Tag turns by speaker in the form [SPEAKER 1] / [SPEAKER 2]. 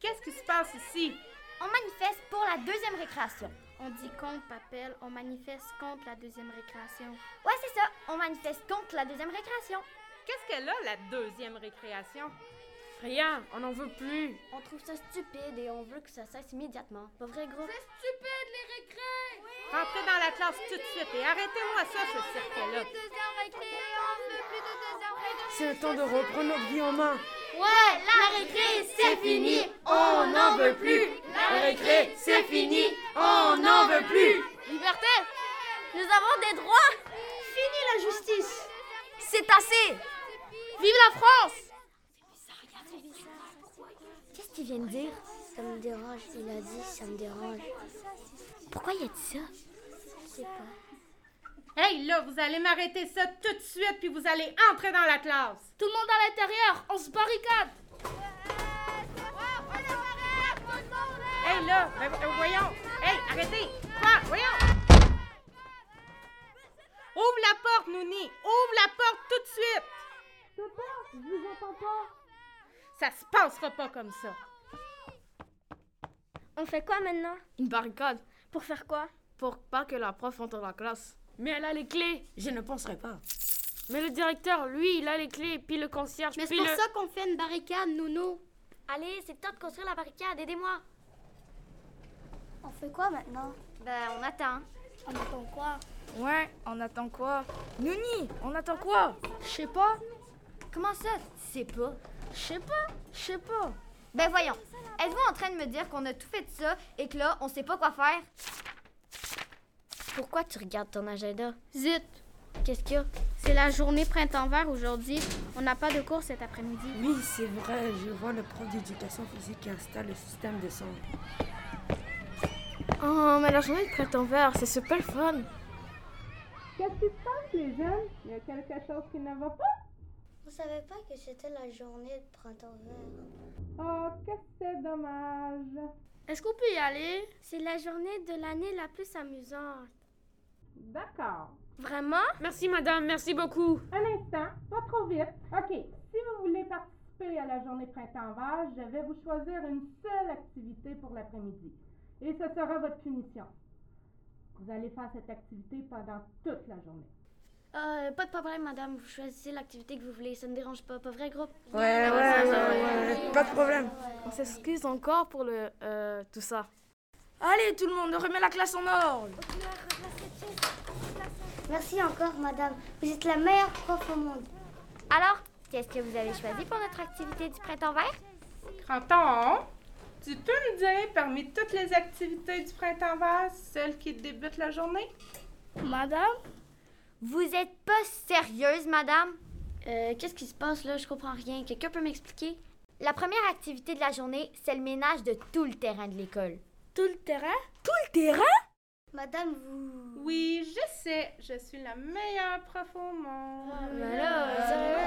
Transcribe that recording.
[SPEAKER 1] Qu'est-ce qui se passe ici?
[SPEAKER 2] On manifeste pour la deuxième récréation.
[SPEAKER 3] On dit contre, Papel. On manifeste contre la deuxième récréation.
[SPEAKER 2] Ouais, c'est ça. On manifeste contre la deuxième récréation.
[SPEAKER 1] Qu'est-ce qu'elle a, la deuxième récréation?
[SPEAKER 4] Rien, on n'en veut plus.
[SPEAKER 5] On trouve ça stupide et on veut que ça cesse immédiatement. Pas vrai, gros?
[SPEAKER 6] C'est stupide, les récrés! Oui!
[SPEAKER 1] Rentrez dans la classe tout de suite et arrêtez-moi ça, ce cercle-là.
[SPEAKER 4] C'est le temps de reprendre notre vie en main.
[SPEAKER 6] Ouais, la récré, c'est fini, on n'en veut plus.
[SPEAKER 7] La récré, c'est fini, on n'en veut plus.
[SPEAKER 8] Liberté, nous avons des droits.
[SPEAKER 9] Fini la justice.
[SPEAKER 8] C'est assez. Vive la France.
[SPEAKER 5] Qu'est-ce qu'ils viennent dire
[SPEAKER 10] Ça me dérange, il a dit, ça me dérange.
[SPEAKER 5] Pourquoi y a dit ça
[SPEAKER 10] Je sais pas.
[SPEAKER 1] Hey là, vous allez m'arrêter ça tout de suite, puis vous allez entrer dans la classe.
[SPEAKER 6] Tout le monde à l'intérieur, on se barricade.
[SPEAKER 1] Hey là, ben, ben, voyons. Hey, arrêtez. Quoi, voyons. Ouvre la porte, Nouni. Ouvre la porte tout de suite.
[SPEAKER 9] Papa, je vous entends pas.
[SPEAKER 1] Ça se passera pas comme ça.
[SPEAKER 5] On fait quoi maintenant
[SPEAKER 4] Une barricade.
[SPEAKER 5] Pour faire quoi
[SPEAKER 4] Pour pas que la prof entre dans la classe.
[SPEAKER 11] Mais elle a les clés.
[SPEAKER 7] Je ne penserai pas.
[SPEAKER 4] Mais le directeur, lui, il a les clés, puis le concierge,
[SPEAKER 3] Mais
[SPEAKER 4] puis
[SPEAKER 3] c'est pour
[SPEAKER 4] le...
[SPEAKER 3] ça qu'on fait une barricade, Nounou.
[SPEAKER 5] Allez, c'est temps de construire la barricade, aidez-moi.
[SPEAKER 10] On fait quoi maintenant
[SPEAKER 2] Ben, on attend.
[SPEAKER 10] On attend quoi
[SPEAKER 4] Ouais, on attend quoi Nouni, on attend quoi
[SPEAKER 5] Je sais pas.
[SPEAKER 2] Comment ça, tu sais pas
[SPEAKER 5] Je sais pas, je sais pas.
[SPEAKER 2] Ben voyons, êtes-vous en train de me dire qu'on a tout fait de ça et que là, on sait pas quoi faire
[SPEAKER 5] Pourquoi tu regardes ton agenda
[SPEAKER 3] Zut,
[SPEAKER 5] Qu'est-ce qu'il y a
[SPEAKER 3] c'est la journée printemps-vert aujourd'hui. On n'a pas de cours cet après-midi.
[SPEAKER 11] Oui, c'est vrai, je vois le prof d'éducation physique qui installe le système de son.
[SPEAKER 4] Oh, mais la journée de printemps vert, c'est super le fun.
[SPEAKER 1] Qu'est-ce qui se passe, les jeunes Il y a quelque chose qui ne va pas
[SPEAKER 10] On savait pas que c'était la journée de printemps vert.
[SPEAKER 1] Oh, qu'est-ce que c'est dommage.
[SPEAKER 3] Est-ce qu'on peut y aller
[SPEAKER 5] C'est la journée de l'année la plus amusante.
[SPEAKER 1] D'accord.
[SPEAKER 5] Vraiment
[SPEAKER 4] Merci, madame, merci beaucoup.
[SPEAKER 1] Un instant, pas trop vite. OK, si vous voulez participer à la journée printemps vert, je vais vous choisir une seule activité pour l'après-midi. Et ce sera votre punition. Vous allez faire cette activité pendant toute la journée.
[SPEAKER 5] Euh, pas de problème, madame. Vous choisissez l'activité que vous voulez. Ça ne dérange pas, pas vrai, groupe
[SPEAKER 11] Ouais, ouais, ouais, ouais, ouais. pas de problème.
[SPEAKER 4] On s'excuse encore pour le... Euh, tout ça.
[SPEAKER 11] Allez, tout le monde, on remet la classe en ordre.
[SPEAKER 10] Merci encore, madame. Vous êtes la meilleure prof au monde.
[SPEAKER 2] Alors, qu'est-ce que vous avez choisi pour notre activité du printemps vert
[SPEAKER 1] Canton, tu peux me dire parmi toutes les activités du printemps vert, celle qui débute la journée?
[SPEAKER 3] Madame
[SPEAKER 2] Vous êtes pas sérieuse, madame?
[SPEAKER 5] Euh, qu'est-ce qui se passe là Je comprends rien. Quelqu'un peut m'expliquer
[SPEAKER 2] La première activité de la journée, c'est le ménage de tout le terrain de l'école.
[SPEAKER 3] Tout le terrain
[SPEAKER 11] Tout le terrain
[SPEAKER 10] Madame, vous.
[SPEAKER 1] Oui, je sais, je suis la meilleure prof au monde.
[SPEAKER 5] Voilà,